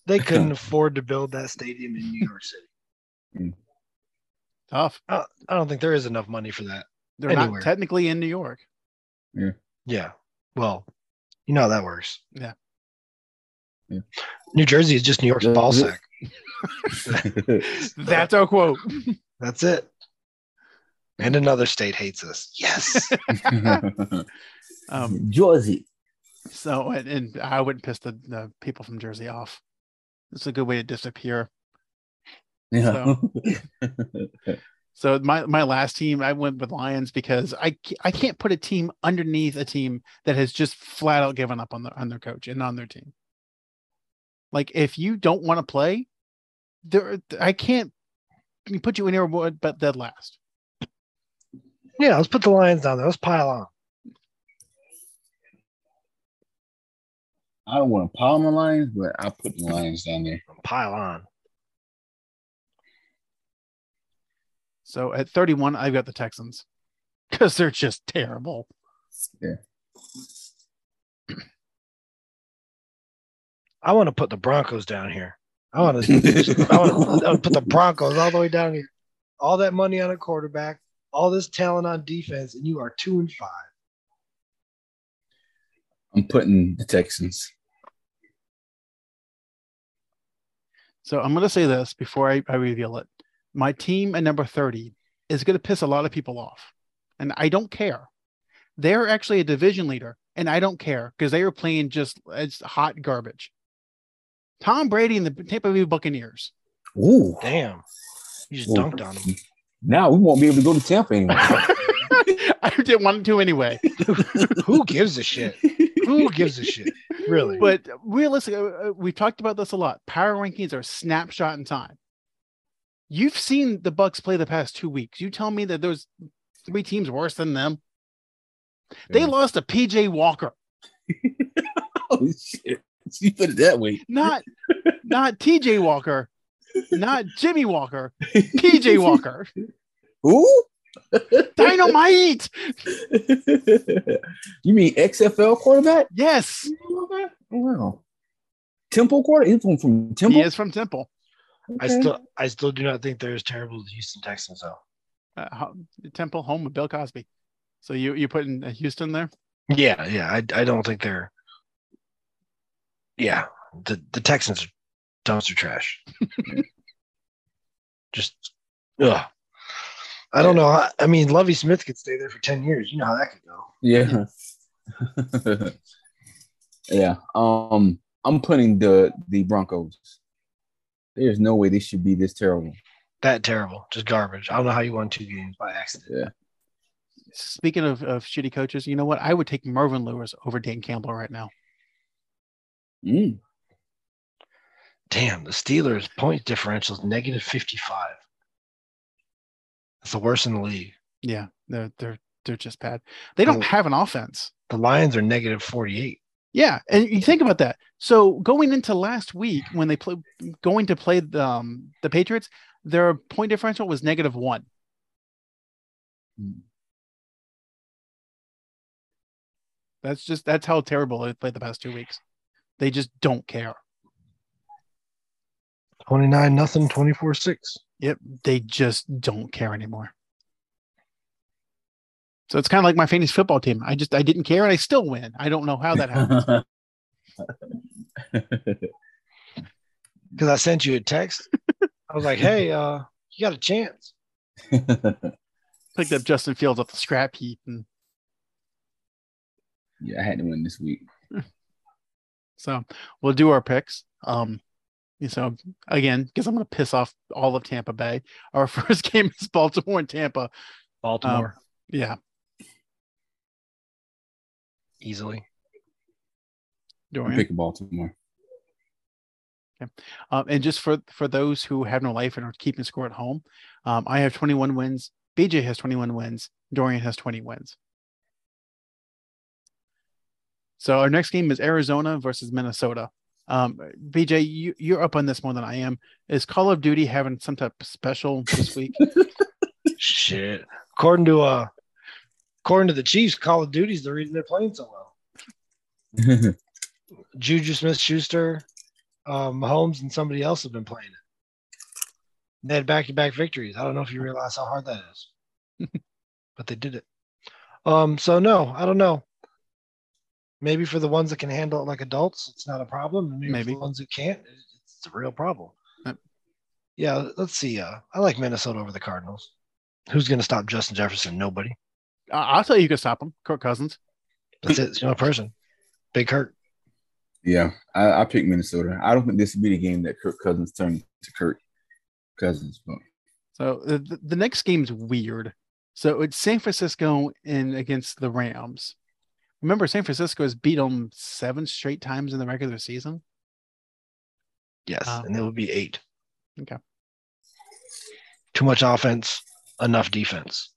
C: They couldn't afford to build that stadium in New York City.
A: Tough.
C: I don't think there is enough money for that.
A: They're
C: Anywhere.
A: not technically in New York.
C: Yeah. Well, you know how that works.
A: Yeah.
B: Yeah.
C: New Jersey is just New York's
B: Yeah.
C: ball sack.
A: That's our quote.
C: That's it. And another state hates us. Yes.
A: Um,
B: Jersey.
A: So, and, and I wouldn't piss the, the people from Jersey off. It's a good way to disappear.
B: Yeah.
A: So my my last team, I went with Lions because I ca- I can't put a team underneath a team that has just flat out given up on their on their coach and on their team. Like if you don't want to play, there I can't put you anywhere but- but dead last.
C: yeah. Let's put the Lions down there. Let's pile on.
B: I don't want to pile my lions, but I put the lions down there.
C: Pile on.
A: So at 31, I've got the Texans because they're just terrible.
C: I want to put the Broncos down here. I want to. I want to put the Broncos all the way down here. All that money on a quarterback, all this talent on defense, and you are two and five.
B: I'm putting the Texans.
A: So I'm going to say this before I, I reveal it. My team at number 30 is going to piss a lot of people off. And I don't care. They're actually a division leader, and I don't care because they are playing just it's hot garbage. Tom Brady and the Tampa Bay Buccaneers.
B: Ooh.
C: Damn. You just
B: Ooh.
C: dunked on him.
B: Now we won't be able to go to Tampa anymore.
A: I didn't want to anyway.
C: Who gives a shit? Who gives a shit? Really?
A: But realistically, uh, uh, we talked about this a lot. Power rankings are a snapshot in time. You've seen the Bucks play the past two weeks. You tell me that there's three teams worse than them. They
B: Yeah.
A: lost to PJ Walker,
B: oh shit! You put it that way.
A: not not TJ Walker, not Jimmy Walker, PJ Walker.
B: Who?
A: Dynamite.
B: you mean XFL quarterback?
A: Yes.
B: Oh, Wow. Temple quarter? He's from, from Temple?
A: He is from Temple.
C: I
B: Okay.
C: still I still do not think they're as terrible as the Houston Texans though.
A: Uh, ho- Temple home of Bill Cosby. So you you putting uh, Houston there?
C: Yeah, yeah. I I don't think they're Yeah. The the Texans are dumpster trash. just ugh. I don't know. how- I mean, Lovey Smith could stay there for 10 years. You know how that could go.
B: Yeah. yeah. Um, I'm putting the the Broncos. There's no way this should be this terrible.
C: That terrible. Just garbage. I don't know how you won two games by accident.
A: Speaking of, of shitty coaches, you know what? I would take Mervin Lewis over Dan Campbell right now.
B: Mm.
C: Damn, the Steelers point differential is negative 55. That's the worst in the league.
A: Yeah, they're they're they're just bad. They don't
C: Oh.
A: have an offense.
C: The Lions are negative 48.
A: Yeah, and you think about that. So going into last week when they play, going to play the um, the Patriots, their point differential was negative one.
B: Mm.
A: That's just that's how terrible they played the past two weeks. They just don't care.
C: 29 nothing, 24 6.
A: They just don't care anymore. So it's kind of like my fantasy football team. I just I didn't care and I still win. I don't know how that happened.
C: Because I sent you a text. I was like, hey, uh, you got a chance.
A: Picked up Justin Fields off the scrap heap and
B: yeah, I had to win this week.
A: So we'll do our picks. Um, so again, because I'm going to piss off all of Tampa Bay. Our first game is Baltimore and Tampa.
C: Baltimore
A: Yeah.
C: easily.
B: I'm
A: Dorian.
B: picking Baltimore.
A: Um, and just for for those who have no life and are keeping score at home, um, I have 21 wins. BJ has 21 wins. Dorian has 20 wins. So our next game is Arizona versus Minnesota. Um, BJ, you, you're up on this more than I am. Is Call of Duty having some type of special this week?
C: Shit. According to uh, according to the Chiefs, Call of Duty's the reason they're playing so well. Juju Smith Schuster, uh, Mahomes, and somebody else have been playing it. They had back to back victories. I don't know if you realize how hard that is, but they did it. Um, so, no, I don't know. Maybe for the ones that can handle it like adults, it's not a problem. and Maybe,
A: Maybe.
C: for the ones who can't, it- it's a real problem.
A: Yep.
C: Yeah, let's see. Uh, I like Minnesota over the Cardinals. Who's going to stop Justin Jefferson? Nobody.
A: I- I'll tell you, you can stop him, Kirk Cousins.
C: That's it. It's the only person. Big Hurt.
B: yeah, I, I picked Minnesota. I don't think this would be the game that Kirk Cousins turned to Kirk Cousins. But
A: So the, the- the next game's weird. So it's San Francisco in against the Rams. Remember, San Francisco has beat them seven straight times in the regular season.
C: Yes,
A: Um,
C: and it would be eight.
A: Okay.
C: Too much offense, enough defense.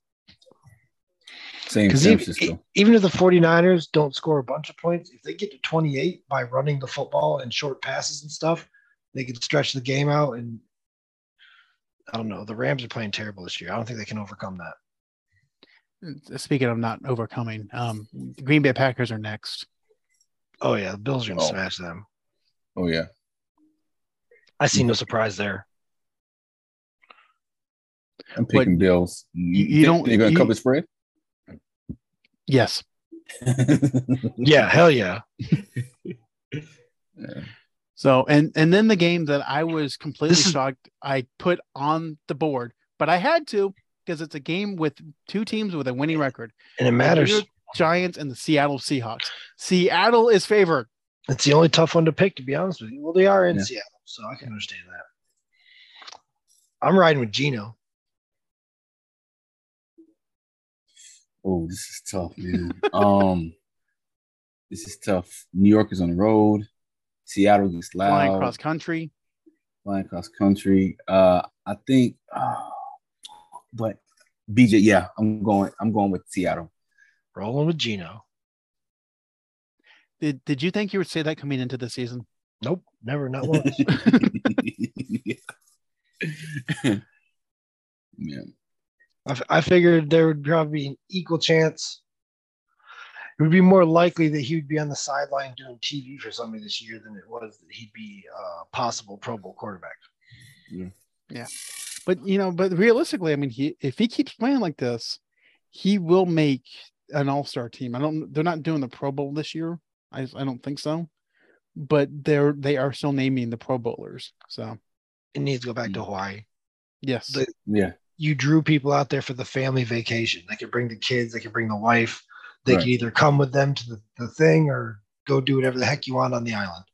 B: same
C: Because
B: San
C: even, e-,
B: Francisco.
C: even if the 49ers don't score a bunch of points, if they get to 28 by running the football and short passes and stuff, they can stretch the game out. And I don't know. The Rams are playing terrible this year. I don't think they can overcome that.
A: Mm, Speaking of not overcoming, um, the Green Bay Packers are next.
C: Oh, yeah. The Bills are going to
B: Oh.
C: smash them.
B: oh yeah.
C: I see no surprise there.
B: I'm picking Bills. You,
A: you don't-
B: They're going
A: you-
B: to cover spread.
A: Yes.
C: Yeah. Hell yeah.
A: So and and then the game that I was completely
C: This is-
A: shocked I put on the board, but I had to because it's a game with two teams with a winning record.
C: and it
A: The New
C: matters.
A: York Giants and the Seattle Seahawks. Seattle is favored.
C: It's the only tough one to pick, to be honest with you. Well, they are in
B: Yeah.
C: Seattle, so I can understand that. I'm riding with Gino.
B: Oh, this is tough, man. um, this is tough. New York is on the road. Seattle gets loud.
A: Flying cross country.
B: flying cross country. Uh, I think, uh, but BJ, yeah, I'm going. I'm going with Seattle.
C: Rolling with Gino.
A: Did, did you think you would say that coming into the season?
C: Nope, never, not once.
B: yeah.
C: I, f- I figured there would probably be an equal chance. It would be more likely that he would be on the sideline doing TV for somebody this year than it was that he'd be uh, possible Pro Bowl quarterback.
A: But you know, but realistically, I mean, he if he keeps playing like this, he will make an All Star team. I don't. They're not doing the Pro Bowl this year. I I don't think so. But they're they are still naming the Pro Bowlers. So
C: It needs to go back to Hawaii.
A: yes,
C: The-
B: Yeah.
C: You drew people out there for the family vacation. They could bring the kids, they could bring the wife. They
B: Right.
C: could either come with them to the, the thing or go do whatever the heck you want on the island.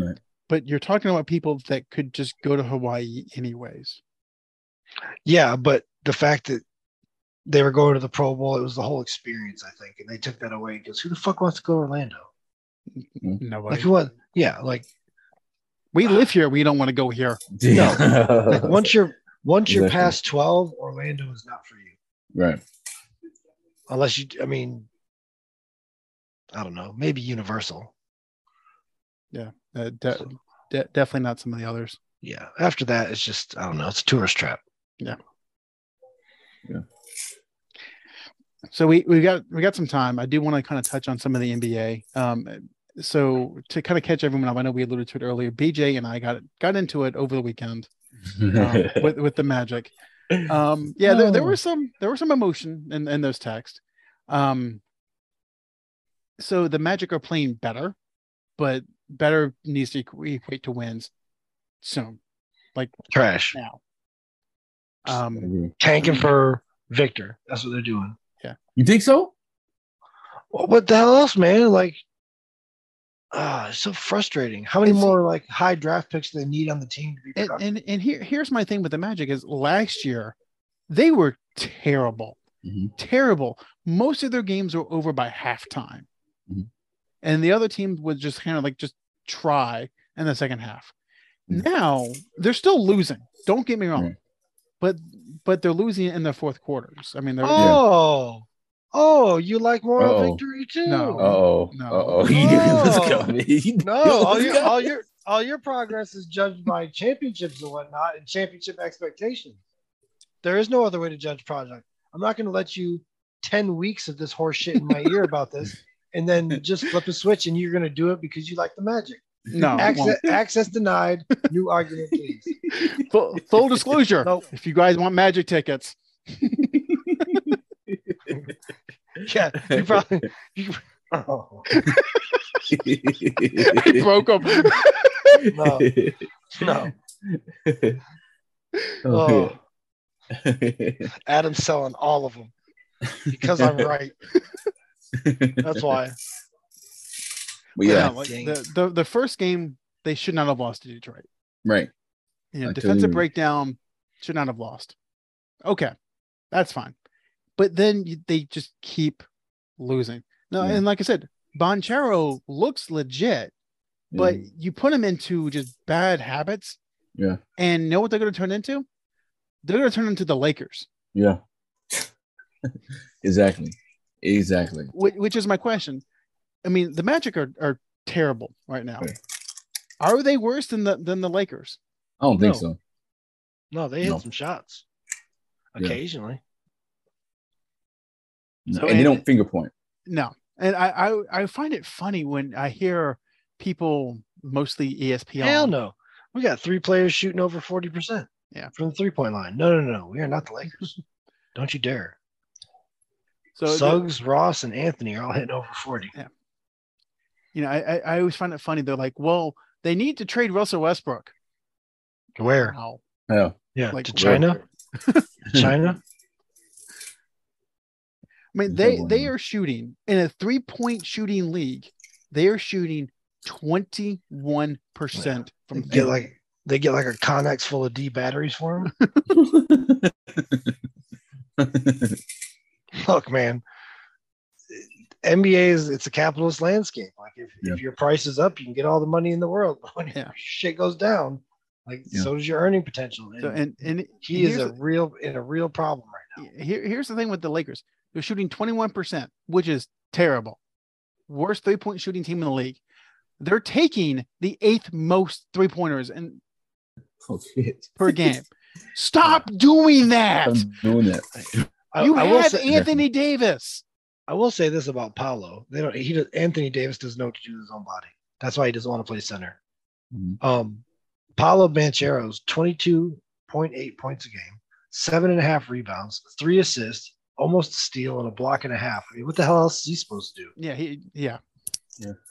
B: Right.
A: but you're talking about people that could just go to Hawaii anyways.
C: Yeah, but the fact that they were going to the Pro Bowl, it was the whole experience, I think. And they took that away because who the fuck wants to go to Orlando? Like,
A: Nobody.
C: who wants? Yeah, like
A: We live here. We don't want to go here.
C: like once you're once you're
B: Exactly.
C: past 12 orlando is not for you
B: right.
C: unless you i mean i don't know maybe universal
A: Uh, de- de- definitely not some of the others.
C: yeah after that it's just i don't know it's a tourist trap
A: so we we got we got some time. I do want to kind of touch on some of the NBA. Um, so to kind of catch everyone up, I know we alluded to it earlier. BJ and I got got into it over the weekend um, with with the Magic. Um, yeah, there, there
C: No.
A: were some there were some emotion in in those texts. Um, so the Magic are playing better, but better needs to equ- equate to wins soon
C: trash
A: now. Um,
C: tanking for victor Mm-hmm. that's what they're doing
B: you think so?
C: well, what the hell else man like ah it's so frustrating how many
A: It's-
C: more like high draft picks do they need on the team to be
A: and
C: productive?
A: and, and here here's my thing with the Magic is last year they were terrible.
B: Mhm.
A: terrible. Most of their games were over by halftime.
B: Mhm.
A: And the other team would just kind of like just try in the second half.
B: Mhm.
A: Now they're still losing. Don't get me wrong.
B: Right.
A: But but they're losing in their fourth quarters. I mean they're
C: oh oh you like moral
B: Uh-oh.
C: victory too
A: No.
B: Uh-oh.
A: No.
B: Uh-oh. You knew
C: No.
B: this was coming. You knew
C: No,
B: this
C: all
B: was
C: your,
B: coming.
C: all your all your progress is judged by championships and whatnot and championship expectations. There is no other way to judge project. I'm not going to let you ten weeks of this horse shit in my ear about this, and then just flip a switch and you're going to do it because you like the magic.
A: no it
C: Access,
A: won't.
C: access denied. New argument, please.
A: full, full disclosure.
C: Nope.
A: If you guys want magic tickets,
C: Yeah, you probably. You, oh,
A: I broke them.
C: No. no,
B: Oh,
C: Oh.
B: yeah.
C: Adam's selling all of them because I'm right. That's why.
B: But yeah,
A: No, like,
C: Dang.
A: the, the the first game they should not have lost to Detroit.
B: right.
A: you know,
B: I totally
A: defensive
B: agree.
A: breakdown should not have lost. Okay, that's fine. But then you, they just keep losing. No,
B: Yeah.
A: and like I said, Bonchero looks legit, but
B: Yeah.
A: you put him into just bad habits,
B: yeah,
A: and know what they're going to turn into? They're going to turn into the Lakers,
B: yeah, exactly, exactly.
A: which, which is my question. I mean, the Magic are, are terrible right now.
B: Right.
A: Are they worse than the than the Lakers?
B: I don't think
C: No.
B: so.
C: No, they hit
B: No.
C: some shots
B: Yeah.
C: occasionally.
A: So,
B: and they
A: and-
B: don't finger point.
A: No. And I, I I find it funny when I hear people mostly E ESPN.
C: Hell no. We got three players shooting over 40%.
A: Yeah.
C: From the three point line. No, no, no. We are not the Lakers. Don't you dare.
A: So the-
C: Suggs, Ross, and Anthony are all hitting over 40.
A: you know, I, I I always find it funny. They're like, well, they need to trade Russell Westbrook.
C: Where?
A: Wow.
B: Yeah,
C: Yeah.
A: Like,
C: to China? China?
A: I mean, they they are shooting in a three point shooting league. They are shooting twenty one percent from
C: They
A: three.
C: get like they get like a Connex full of D batteries for them. Look, man, NBA is it's a capitalist landscape. Like if,
B: Yeah.
C: if your price is up, you can get all the money in the world. But when
A: Yeah.
C: your shit goes down, like
B: Yeah.
C: so does your earning potential. And,
A: So, and and
C: he is
A: here's
C: a real in a real problem right now.
A: here, here's the thing with the Lakers. They're shooting 21%, which is terrible. Worst three point shooting team in the league. They're taking the eighth most three pointers in
B: oh shit!
A: per game. Stop doing that.
B: I'm doing that.
C: Um, I,
A: you
C: I will
A: have
C: say,
A: Anthony Davis.
C: I will say this about Paolo. They don't. He does, Anthony Davis doesn't know what to do with his own body. That's why he doesn't want to play center.
B: Mhm.
C: Um, Paolo Banchero's twenty-two point eight points a game, seven and a half rebounds, three assists, almost a steal, and a block and a half. I mean, what the hell else is he supposed to do
A: Yeah, he yeah.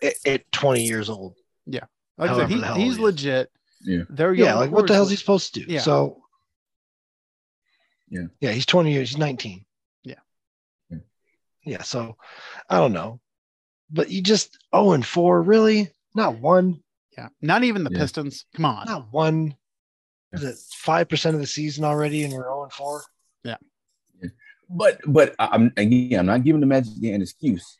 C: at, at twenty years old?
A: Like I said,
C: However
A: he-
C: the hell
A: he's
C: he is.
A: legit.
B: Yeah.
A: They're
C: Yeah,
A: young
C: like what the hell is he
A: forwards.
C: supposed to do?
A: Yeah.
C: So,
B: Yeah.
C: yeah, he's 20 years, he's 19.
A: Yeah.
B: Yeah.
C: yeah, so I don't know, but you just 0 and 4, really? Not one,
A: Yeah. Not even the
B: Yeah.
A: Pistons. Come on.
C: not one.
B: Yeah.
C: Is it 5% of the season already and we're 0 and 4?
B: But but I- I'm again, I'm not giving the Magic an excuse,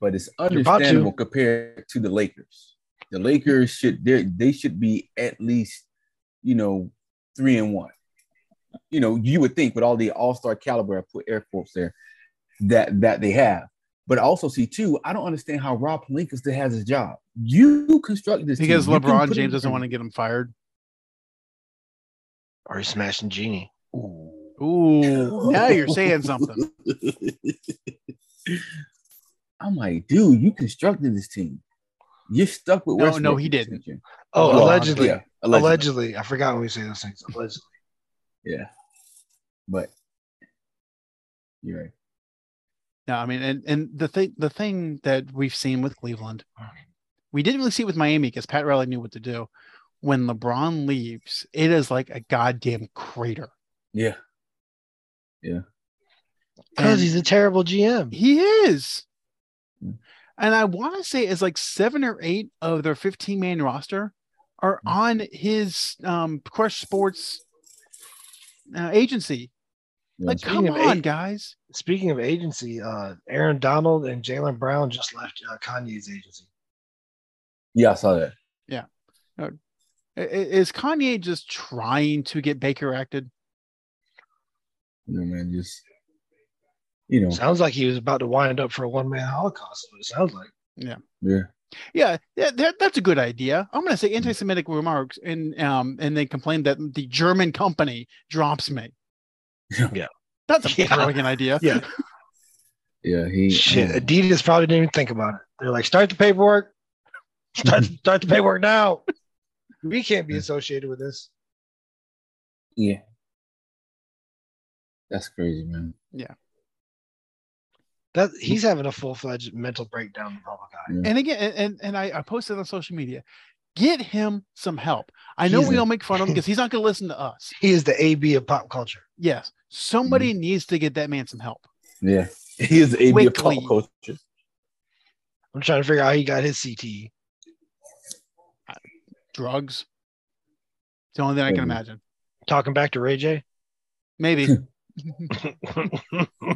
B: but it's
C: about to.
B: understandable compared to the Lakers. The Lakers should they they should be at least you know three and one. You know, you would think with all the All Star caliber, I put air quotes there, that that they have. But I also see too, I don't understand how Rob Palinka still has his job. You construct this team.
A: Because
B: You can
A: LeBron
B: put
A: James
B: it-
A: doesn't want to get him fired.
C: Or he's smashing Genie.
B: Ooh.
A: Ooh, now you're saying something.
B: I'm like, dude, you constructed this team. You're stuck with
A: No,
B: Westbrook.
A: no, he didn't.
B: extension.
C: Oh,
B: Well,
C: allegedly,
B: yeah,
C: allegedly.
B: allegedly.
C: I forgot when we say those things. Allegedly.
B: Yeah, but you're right.
A: No, I mean, and and the thing the thing that we've seen with Cleveland, we didn't really see it with Miami because Pat Riley knew what to do. When LeBron leaves, it is like a goddamn crater.
B: Yeah,
C: Because
A: And-
C: he's a terrible GM.
A: He is.
B: Hmm.
A: And I want to say it's like seven or eight of their 15 man roster are
B: Hmm.
A: on his um Crush Sports uh, agency.
B: Yeah.
A: Like,
C: Speaking
A: come
C: of
A: on,
C: eight-
A: guys.
C: Speaking of agency, uh, Aaron Donald and Jalen Brown just left uh, Kanye's agency.
B: yeah, I saw that.
A: I- I- Is Kanye just trying to get Baker acted?
B: You know, man, just you know,
C: Sounds like he was about to wind up for a one man holocaust. Is what it sounds like.
B: yeah,
A: Yeah, that, that, that's a good idea. I'm going to say
C: Hmm.
A: anti-Semitic remarks and um and then complain that the German company drops me.
C: Yeah.
A: that's a
C: Yeah.
A: brilliant idea.
C: Yeah.
B: yeah. He
C: Shit,
B: um,
C: Adidas probably didn't even think about it. They're like, start the paperwork. Start, start the paperwork now. We can't be associated with this.
B: yeah. That's crazy, man.
C: That he's having a full fledged mental breakdown in the public eye.
A: And again, and- and and I, I posted on social media, get him some help. I know
B: He's
A: we
B: a-
A: don't make fun of him because he's not going to listen to us.
C: He is the AB of pop culture.
A: Yes, somebody
C: Hmm.
A: needs to get that man some help.
B: Yeah, he is the AB of pop
A: Quickly.
B: culture.
C: I'm trying to figure out how he got his E. CTE.
A: Drugs. It's the only thing I can
C: Hmm.
B: Maybe.
A: imagine.
C: Talking back to Ray J.
A: Maybe.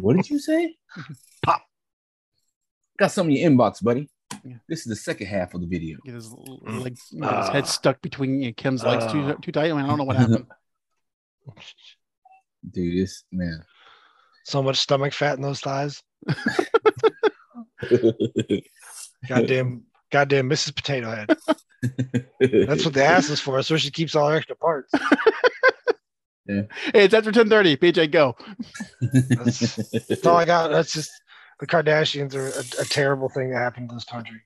B: What did you say?
C: Pop.
B: Got some in your inbox, buddy.
A: Yeah.
B: This is the second half of the video.
A: Get his l-
C: Mm.
A: legs, got his
C: Ah.
A: head stuck between uh, Kim's legs too,
C: Ah.
A: too tight. I, mean, I don't know what happened.
B: Dude, this man.
C: so much stomach fat in those thighs. Goddamn, goddamn Mrs. Potato Head. That's what the ass is for. So she keeps all her extra parts.
A: hey, it's after ten thirty. PJ, go.
C: That's- That's all I got. That's just the Kardashians are a, a terrible thing that happened to this country.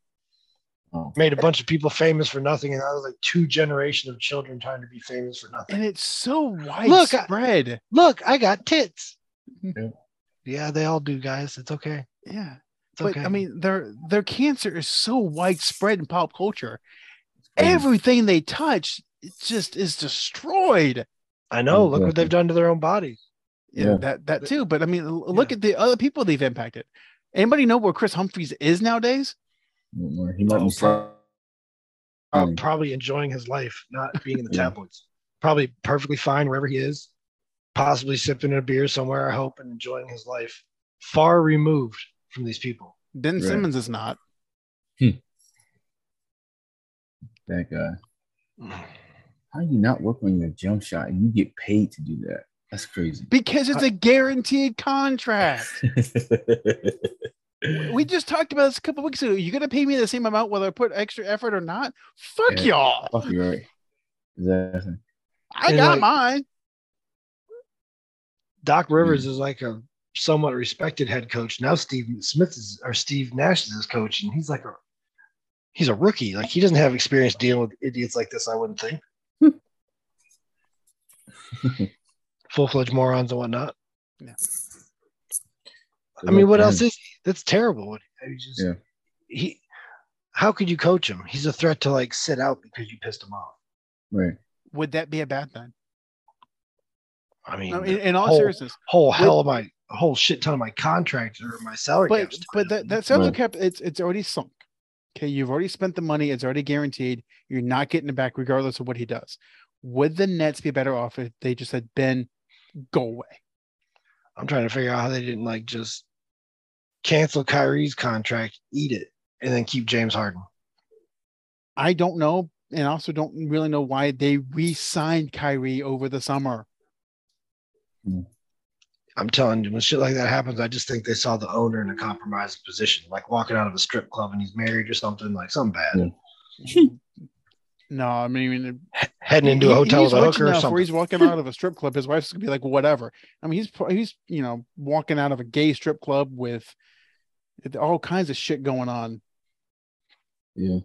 B: Oh.
C: Made a bunch of people famous for nothing, and that was like two generation of children trying to be famous for nothing.
A: And it's so
C: I-
A: widespread.
C: Look, I got tits.
B: Yeah.
C: Yeah, they all do, guys. It's okay.
A: yeah.
C: It's
A: But
C: okay.
A: I mean, their their cancer is so widespread in pop culture.
C: Mm.
B: crazy.
A: Everything they touch it just is destroyed.
C: I know. Look what
B: Exactly.
C: they've done to their own bodies.
A: yeah,
B: Yeah.
A: that that too. But I mean, l- look at the other people they've impacted. Anybody know where Chris Humphries is nowadays?
B: He might
C: Oh,
B: be
C: pro- uh,
B: Mm.
C: probably enjoying his life, not being in the
B: Yeah.
C: tabloids. Probably perfectly fine wherever he is, possibly sipping a beer somewhere, I hope, and enjoying his life. Far removed from these people.
A: Ben
B: Right.
A: Simmons is not.
B: that guy. Mm. How do you not work on your jump shot and you get paid to do that? That's crazy.
A: Because it's a guaranteed contract. We just talked about this a couple weeks ago. You're gonna pay me the same amount whether I put extra effort or not. Fuck
B: Yeah.
A: y'all.
B: Fuck you, right? Exactly.
A: I
C: And,
A: got
C: like-
A: mine.
C: Doc
B: Mm.
C: Rivers is like a somewhat respected head coach. Now Steve Smith is or Steve Nash is his coach, and he's like a he's a rookie. Like he doesn't have experience dealing with idiots like this, I wouldn't think. Full fledged morons and whatnot. I mean, what else is he? That's terrible. What- I mean, just-
B: Yeah.
C: He, how could you coach him? He's a threat to like sit out because you pissed him off.
B: Right.
A: Would that be a bad thing?
C: I mean,
A: No, in, in all
C: whole-
A: seriousness,
C: whole hell of my a whole shit ton of my contract or my salary.
A: but
C: cap's
A: but that, that
B: Right.
A: salary cap it's it's already sunk. Okay, you've already spent the money. It's already guaranteed. You're not getting it back, regardless of what he does. Would the Nets be better off if they just said, "Ben, go away"?
C: I'm trying to figure out how they didn't like just cancel Kyrie's contract, eat it, and then keep James Harden.
A: I don't know, and also don't really know why they re-signed Kyrie over the summer.
C: I'm telling you, when shit like that happens, I just think they saw the owner in a compromising position, like walking out of a strip club and he's married or something, like something bad.
B: Yeah.
A: No, I mean,
C: Heading into a
A: he-
C: hotel
A: he's
C: with a
A: rich
C: hooker or
A: enough where
C: something.
A: He's walking out of a strip club. His wife's gonna be like, whatever. I mean, he's pro- he's you know walking out of a gay strip club with all kinds of shit going on.
B: Yeah.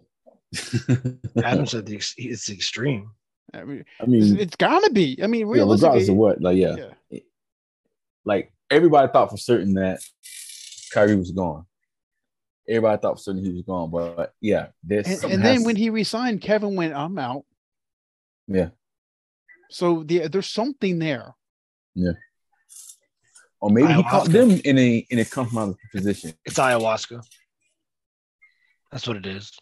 C: Adam said the ex- it's the extreme.
A: I mean,
B: I
A: it's,
B: mean,
A: it's gotta be. I mean,
B: yeah, regardless
A: realistically,
B: of what, like, yeah.
A: yeah.
B: like everybody thought for certain that Kyrie was gone. Everybody thought for certain he was gone, but, but yeah, there's
A: And,
B: something
A: and then
B: has-
A: when he resigned, Kevin went, "I'm out."
B: yeah,
A: So the, there's something there.
B: or maybe he
C: Ayahuasca.
B: caught them in a in a compromising position.
C: It's ayahuasca. That's what it is.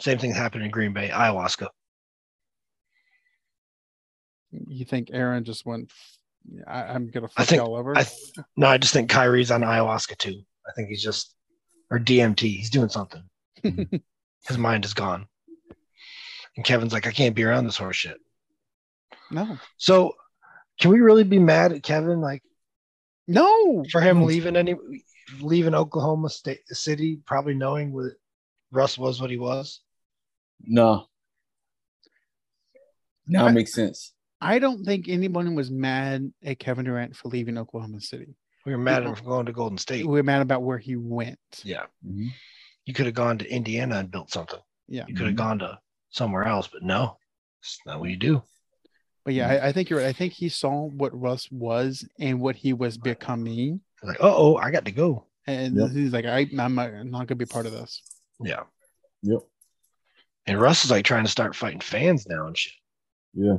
C: Same thing happened in Green Bay, ayahuasca.
A: You think Aaron just went? I, I'm gonna
C: I
A: fuck
C: think-
A: y'all over.
C: I th- no, I just think Kyrie's on ayahuasca too. I think he's just or DMT. He's doing something.
B: Mhm.
C: His mind is gone. And Kevin's like, I can't be around this horse shit.
A: no,
C: So can we really be mad at Kevin like
A: no.
C: for him leaving any leaving Oklahoma State City, probably knowing what Russ was what he was?
B: No, now
A: I-
B: it makes sense.
A: I don't think anyone was mad at Kevin Durant for leaving Oklahoma City.
C: We were mad at him for going to Golden State.
A: We were mad about where he went.
C: Yeah.
B: Mhm.
C: You could have gone to Indiana and built something.
A: Yeah.
C: You could have gone to somewhere else, but no. It's not what you do.
A: But yeah, I, I think you're right. I think he saw what Russ was and what he was becoming,
C: Like, uh oh, I got to go.
A: and
B: Yep.
A: he's like, I, I'm not, I'm not gonna be part of this.
C: Yeah.
B: Yep.
C: And Russ is like trying to start fighting fans now and shit.
B: Yeah.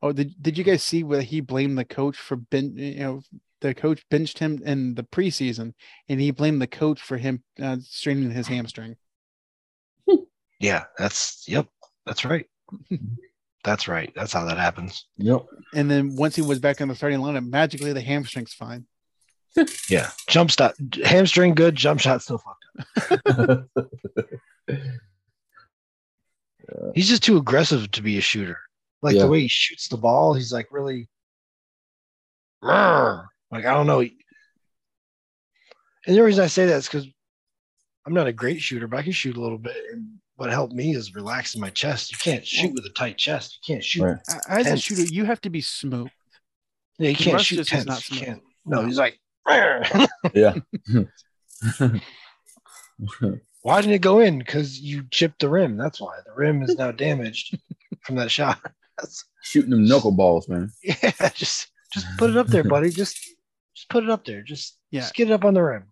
A: Oh, did, did you guys see where he blamed the coach for ben, you know, the coach benched him in the preseason and he blamed the coach for him uh, straining his hamstring.
C: Yeah, that's yep, that's right. that's right. That's how that happens.
B: Yep.
A: And then once he was back in the starting lineup, magically the hamstring's fine.
C: Yeah. Jump shot hamstring good, jump shot still fucked up. He's just too aggressive to be a shooter. Like
B: Yeah.
C: the way he shoots the ball, he's like really "Rrr." like I don't know. And the reason I say that is because I'm not a great shooter, but I can shoot a little bit. And what helped me is relaxing my chest. You can't shoot with a tight chest. You can't shoot
B: right.
A: A- As a
C: Tense.
A: shooter, you have to be smooth.
C: Yeah, you can't
A: Russ
C: shoot
A: just is
C: tense.
A: not
C: you
A: smooth.
C: can't. No, he's like, "Rrr."
B: Yeah.
C: why didn't it go in? Because you chipped the rim. That's why the rim is now damaged from that shot. That's,
B: Shooting them knuckleballs, man.
C: yeah, just just put it up there, buddy. Just just put it up there. Just
A: Yeah.
C: just get it up on the rim.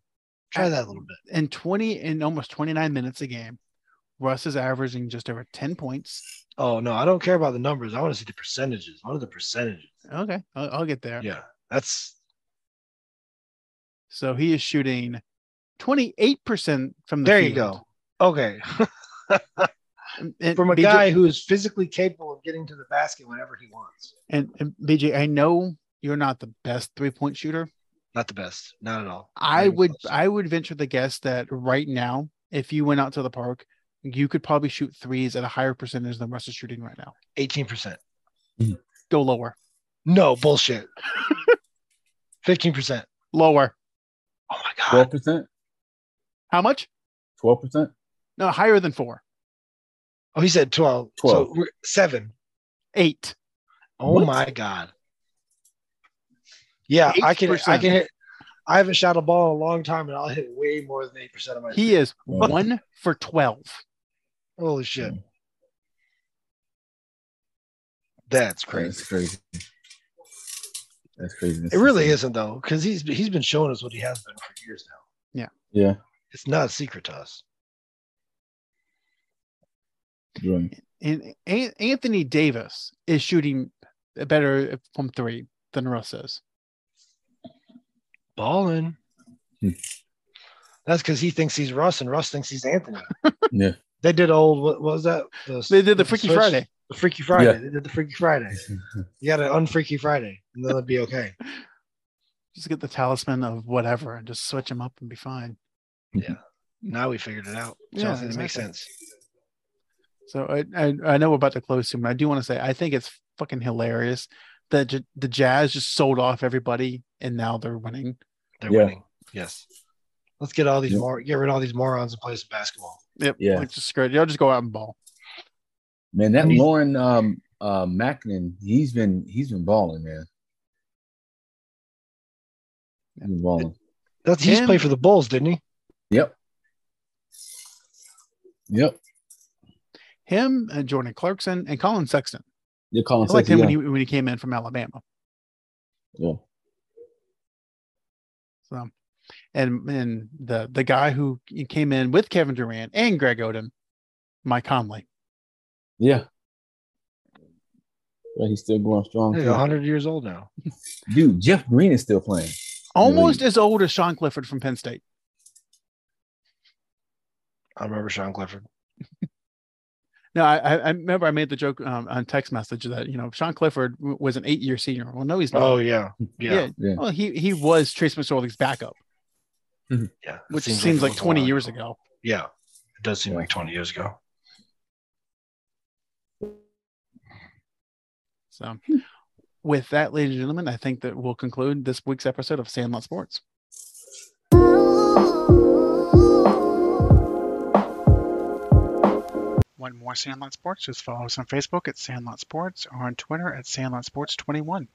C: Try that a little bit.
A: In 20 and almost 29 minutes a game, Russ is averaging just over 10 points.
C: Oh no, I don't care about the numbers. I want to see the percentages. What are the percentages?
A: Okay, I'll, I'll get there.
C: Yeah, That's
A: So he is shooting 28% from the
C: there. You
A: field.
C: go. Okay,
A: And- and
C: from a
A: BJ
C: guy who is physically capable of getting to the basket whenever he wants.
A: and, and BJ, I know you're not the best three-point shooter.
C: Not the best. Not at all. Not
A: I
C: even
A: would
C: close.
A: I would venture the guess that right now, if you went out to the park, you could probably shoot threes at a higher percentage than Russ is shooting right now.
C: 18%.
A: Go lower.
C: No, bullshit. 15%.
A: Lower.
C: Oh my God.
B: Twelve percent.
A: How much?
B: Twelve percent.
A: No, higher than four.
C: oh, he said 12.
B: 12.
C: So we're- seven.
A: Eight.
C: Oh
B: What?
C: my God. Yeah, I can, I
A: 8%.
C: can hit. I haven't shot a ball in a long time and I'll hit way more than 8% of my.
A: He is
B: Wow.
A: one for 12.
C: Holy shit. That's crazy.
B: That's crazy. That's crazy.
C: It really isn't though, because he's he's been showing us what he has been for years now.
B: Yeah.
C: It's not a secret to us.
B: You're right.
A: And An- Anthony Davis is shooting better from three than Russ is.
C: Ballin.
B: Hmm.
C: That's because he thinks he's Russ and Russ thinks he's Anthony.
B: Yeah.
C: They did old what, what was that? The,
A: They did the Freaky
C: switch-
A: Friday.
C: The Freaky Friday.
B: Yeah.
C: They did the Freaky Friday. You got an unfreaky Friday, and then it'll be okay.
A: Just get the talisman of whatever and just switch them up and be fine.
C: Now we figured it out.
A: Yeah,
C: So it makes
A: exactly.
C: sense.
A: So I, I, I know we're about to close soon, but I do want to say I think it's fucking hilarious that j- the Jazz just sold off everybody and now they're winning.
C: They're
B: Yeah.
C: winning. Yes. Let's get all these
B: Yep.
C: more. Get rid of all these morons and play some basketball.
A: Yep.
B: Yeah.
A: Like just screw it. Y'all just go out and ball.
B: Man, that
C: Mhm.
B: Lauren um uh Macklin, he's been he's been balling, man. He's been balling.
C: That's he's
A: And-
C: played for the Bulls, didn't he?
B: Yep. Yep.
A: Him and Jordan Clarkson and Colin Sexton.
B: You're calling
A: I liked him
B: something.
A: when he when he came in from Alabama.
B: yeah.
A: So, and and the the guy who came in with Kevin Durant and Greg Oden, Mike Conley.
B: Yeah. But he's still going strong.
C: He's
B: too.
C: 100 years old now.
B: Dude, Jeff Green is still playing.
A: Almost as old as Sean Clifford from Penn State.
C: I remember Sean Clifford.
A: No, I, I I remember I made the joke um, on text message that you know Sean Clifford w- was an eight year senior. Well, no, he's not.
C: Oh yeah, yeah, yeah.
B: Yeah.
A: Well, he he was Trace McSorley's backup,
C: It
A: which seems,
C: it
A: like
C: was a
A: twenty
C: while
A: years ago.
C: Yeah, it does seem
B: Yeah.
C: like 20 years ago.
A: So, with that, ladies and gentlemen, I think that we'll conclude this week's episode of Sandlot Sports. Want more Sandlot Sports? Just follow us on Facebook at Sandlot Sports or on Twitter at Sandlot Sports 21.